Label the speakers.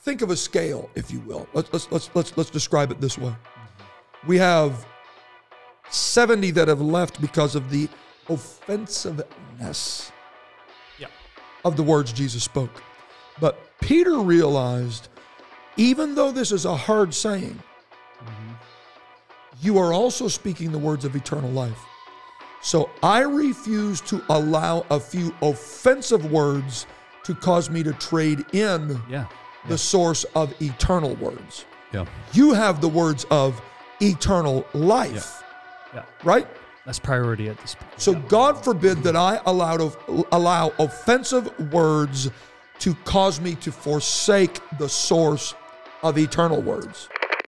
Speaker 1: think of a scale, if you will. Let's let's let's let's, let's describe it this way. We have 70 that have left because of the offensiveness
Speaker 2: Yep.
Speaker 1: of the words Jesus spoke. But Peter realized, even though this is a hard saying, you are also speaking the words of eternal life. So I refuse to allow a few offensive words to cause me to trade in
Speaker 2: Yeah.
Speaker 1: the source of eternal words.
Speaker 2: Yeah.
Speaker 1: You have the words of eternal life,
Speaker 2: Yeah.
Speaker 1: right?
Speaker 2: That's priority at this point.
Speaker 1: So God forbid that I allowed of- allow offensive words to cause me to forsake the source of eternal words.